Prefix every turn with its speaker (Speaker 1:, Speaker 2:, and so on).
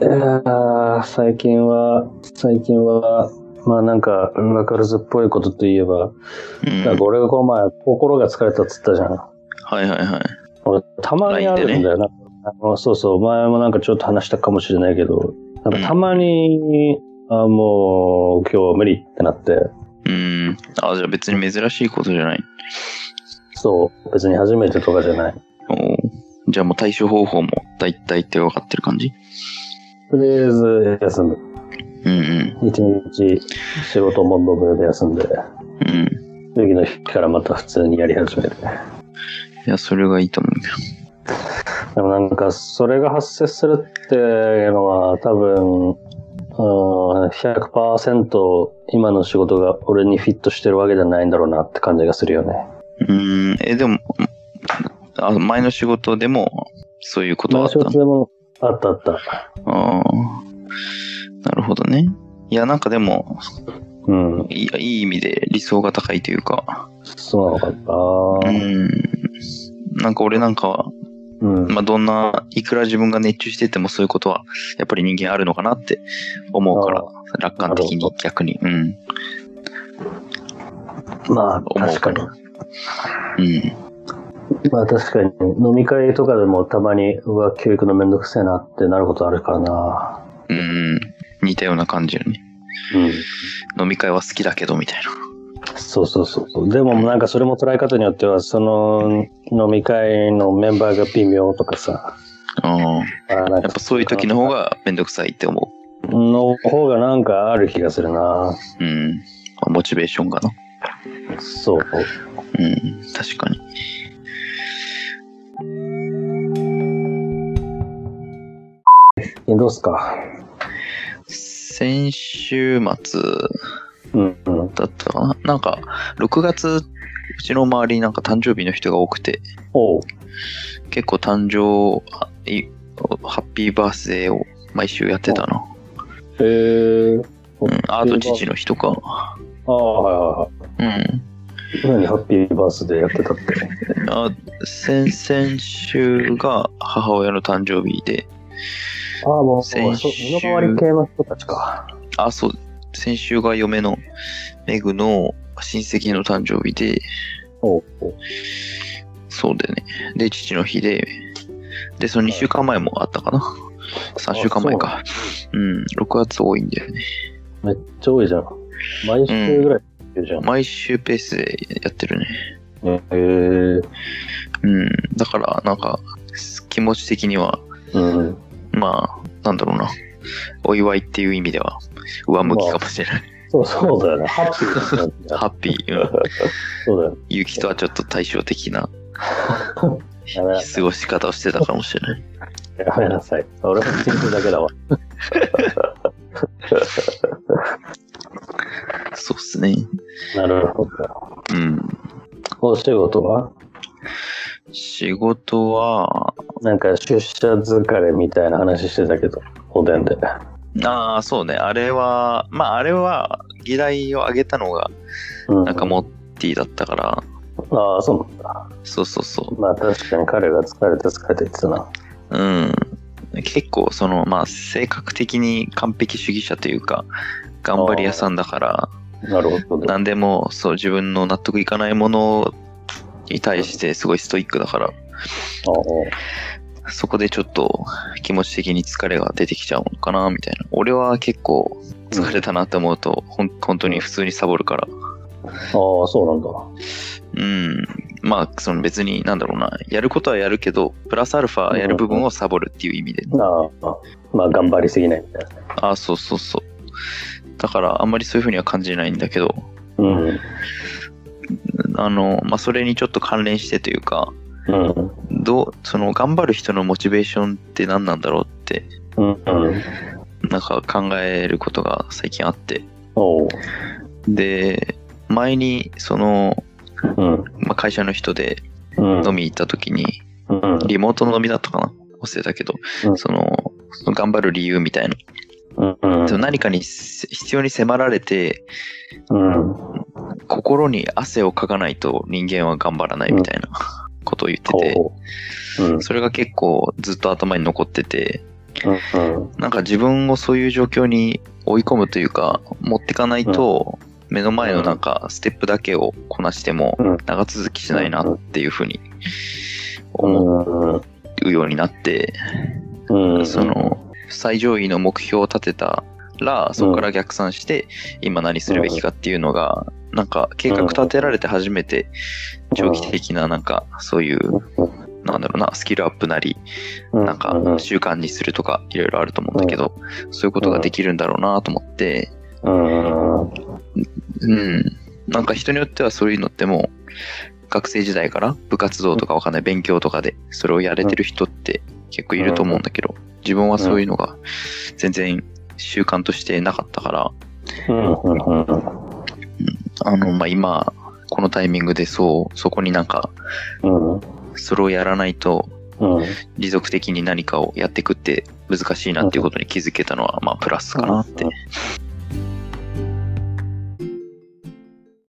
Speaker 1: やー最近は、最近は、まあなんか、ラカルズっぽいことといえば、
Speaker 2: うん
Speaker 1: なんか俺がこの前、心が疲れたっつったじゃん。
Speaker 2: はいはいはい。
Speaker 1: 俺、たまにあるんだよな。あのそうそう、前もなんかちょっと話したかもしれないけど、なんかたまに、あもう、今日無理ってなって、
Speaker 2: うん。あ、じゃあ別に珍しいことじゃない。
Speaker 1: そう、別に初めてとかじゃない。
Speaker 2: おーじゃあもう対処方法も大体って分かってる感じ
Speaker 1: とりあえず休む。
Speaker 2: うんうん。
Speaker 1: 一日仕事もドブルで休んで、
Speaker 2: うん。
Speaker 1: 次の日からまた普通にやり始めて。
Speaker 2: いや、それがいいと思うけど。
Speaker 1: でもなんか、それが発生するっていうのは、多分、うん、100%今の仕事が俺にフィットしてるわけじゃないんだろうなって感じがするよね。
Speaker 2: うん。え、でも、あ前の仕事でもそういうことは
Speaker 1: 前
Speaker 2: あった
Speaker 1: 仕事
Speaker 2: の
Speaker 1: でもあったあった。
Speaker 2: ああ。なるほどね。いや、なんかでも、
Speaker 1: うん。
Speaker 2: いいいい意味で理想が高いというか、
Speaker 1: そうなのかな。
Speaker 2: うん。なんか俺なんかは、
Speaker 1: うん。
Speaker 2: まあ、どんな、いくら自分が熱中しててもそういうことは、やっぱり人間あるのかなって思うから
Speaker 1: あ、
Speaker 2: 楽観的
Speaker 1: なる
Speaker 2: に逆に。うん。
Speaker 1: まあ、
Speaker 2: 思う
Speaker 1: 確か
Speaker 2: か
Speaker 1: に
Speaker 2: ら。うん。
Speaker 1: まあ確かに、飲み会とかでもたまに、うわ、教育のめんどくせえなってなることあるからな。
Speaker 2: うんうん。似たような感じよね。
Speaker 1: うん。
Speaker 2: 飲み会は好きだけど、みたいな。
Speaker 1: そうそうそうそう。でもなんかそれも捉え方によっては、その飲み会のメンバーが微妙とかさ。
Speaker 2: ああ。
Speaker 1: あーなん
Speaker 2: や
Speaker 1: か
Speaker 2: っぱそういう時の方がめんどくさいって思
Speaker 1: の方がなんかある気がするな。
Speaker 2: う。うん。まあモチベーションがな。
Speaker 1: そう。
Speaker 2: うん。確かに。
Speaker 1: えどうっすか
Speaker 2: 先週末
Speaker 1: うんうん。
Speaker 2: だったかな。なんか、6月、うちの周りになんか誕生日の人が多くて、
Speaker 1: おう。
Speaker 2: 結構誕生あいハッピーバースデーを毎週やってたな、
Speaker 1: えー。
Speaker 2: うん、あと父の日とか
Speaker 1: ああ、はいは
Speaker 2: うん
Speaker 1: いはい。何ハッピーバースデーやってたって。
Speaker 2: あ先々週が母親の誕生日で
Speaker 1: ああ、もう、そう
Speaker 2: 先週
Speaker 1: 身の回り系の人たちか。
Speaker 2: あそう先週が嫁のメグの親戚の誕生日で
Speaker 1: おうおう。
Speaker 2: そうだよねで父の日ででその2週間前もあったかな3週間前かうん6月多いんだよね
Speaker 1: めっちゃ多いじゃん。毎週ぐらいいるじゃん。
Speaker 2: 毎週ペースでやってるね
Speaker 1: へえ。
Speaker 2: うん、だから、なんか、気持ち的には、
Speaker 1: うん。
Speaker 2: まあ、なんだろうな、お祝いっていう意味では、上向きかもしれない。
Speaker 1: そうそうだよね。ハッピーなんだよ
Speaker 2: ハッピー、うん、
Speaker 1: そうだよね。
Speaker 2: ゆきとはちょっと対照的な
Speaker 1: やめな
Speaker 2: 過ごし方をしてたかもしれない。
Speaker 1: やめなさい。俺は聞くだけだわ。
Speaker 2: そうっすね。
Speaker 1: なるほど。
Speaker 2: うん。
Speaker 1: お仕事は
Speaker 2: 仕事は、
Speaker 1: なんか出社疲れみたいな話してたけど、おでんで。
Speaker 2: ああ、そうね、あれは、まあ、あれは、議題を上げたのが、
Speaker 1: う
Speaker 2: なんかモッティだったから、
Speaker 1: ああ、そうなんだ。
Speaker 2: そうそうそう。
Speaker 1: まあ確かに彼が疲れて疲れて言ってたな。
Speaker 2: うん、結構そのまあ性格的に完璧主義者というか頑張り屋さんだから
Speaker 1: なるほど。
Speaker 2: 何でもそう自分の納得いかないものに対してすごいストイックだから
Speaker 1: あ
Speaker 2: そこでちょっと気持ち的に疲れが出てきちゃうのかなみたいな俺は結構疲れたなって思うとほん本当に普通にサボるから
Speaker 1: あああ、そう
Speaker 2: うんまあその別になんだろうなやることはやるけどプラスアルファやる部分をサボるっていう意味で
Speaker 1: なんだ。ああ、まあ頑張りすぎないみたいな。
Speaker 2: あそうそうそうだからあんまりそういうふうには感じないんだけど
Speaker 1: うん。
Speaker 2: あの、まあ、それにちょっと関連してというか、
Speaker 1: うん。
Speaker 2: どう、その、頑張る人のモチベーションって何なんだろうって、
Speaker 1: うん。うん。
Speaker 2: なんか考えることが最近あって。
Speaker 1: おう。
Speaker 2: で、前に、その、
Speaker 1: うん。
Speaker 2: まあ、会社の人で
Speaker 1: うん。
Speaker 2: 飲み行った時に、
Speaker 1: うん。
Speaker 2: リモートの飲みだったかな忘れたけど、
Speaker 1: うん
Speaker 2: その、その頑張る理由みたいな。
Speaker 1: うん。うん
Speaker 2: その何かにせ必要に迫られて、
Speaker 1: うん。
Speaker 2: 心に汗をかかないと人間は頑張らないみたいなことを言ってて、
Speaker 1: ほうほううん。
Speaker 2: それが結構ずっと頭に残ってて、
Speaker 1: うんうん
Speaker 2: なんか自分をそういう状況に追い込むというか、持ってかないと、目の前のなんか、ステップだけをこなしても
Speaker 1: うん、
Speaker 2: 長続きしないなっていうふうに思
Speaker 1: うん
Speaker 2: うようになって、
Speaker 1: うんうん。
Speaker 2: その、最上位の目標を立てたら、そこから逆算して、今何するべきかっていうのが、なんか、計画立てられて初めて、長期的ななんか、そういう、なんだろうな、スキルアップなり、
Speaker 1: うん、
Speaker 2: なんか
Speaker 1: ううん
Speaker 2: 習慣にするとかいろいろあると思うんだけど、そういうことができるんだろうなと思って、
Speaker 1: うんうん
Speaker 2: うん。なんか人によってはそういうのってもう、学生時代から部活動とかわかんない勉強とかでそれをやれてる人って結構いると思うんだけど、自分はそういうのが全然習慣としてなかったから、
Speaker 1: うんうんうん
Speaker 2: あの、まあ、今、このタイミングでそう、そこになんか、
Speaker 1: うん
Speaker 2: それをやらないと
Speaker 1: うん
Speaker 2: 持続的に何かをやっていくって難しいなっていうことに気づけたのは、まあ、プラスかなって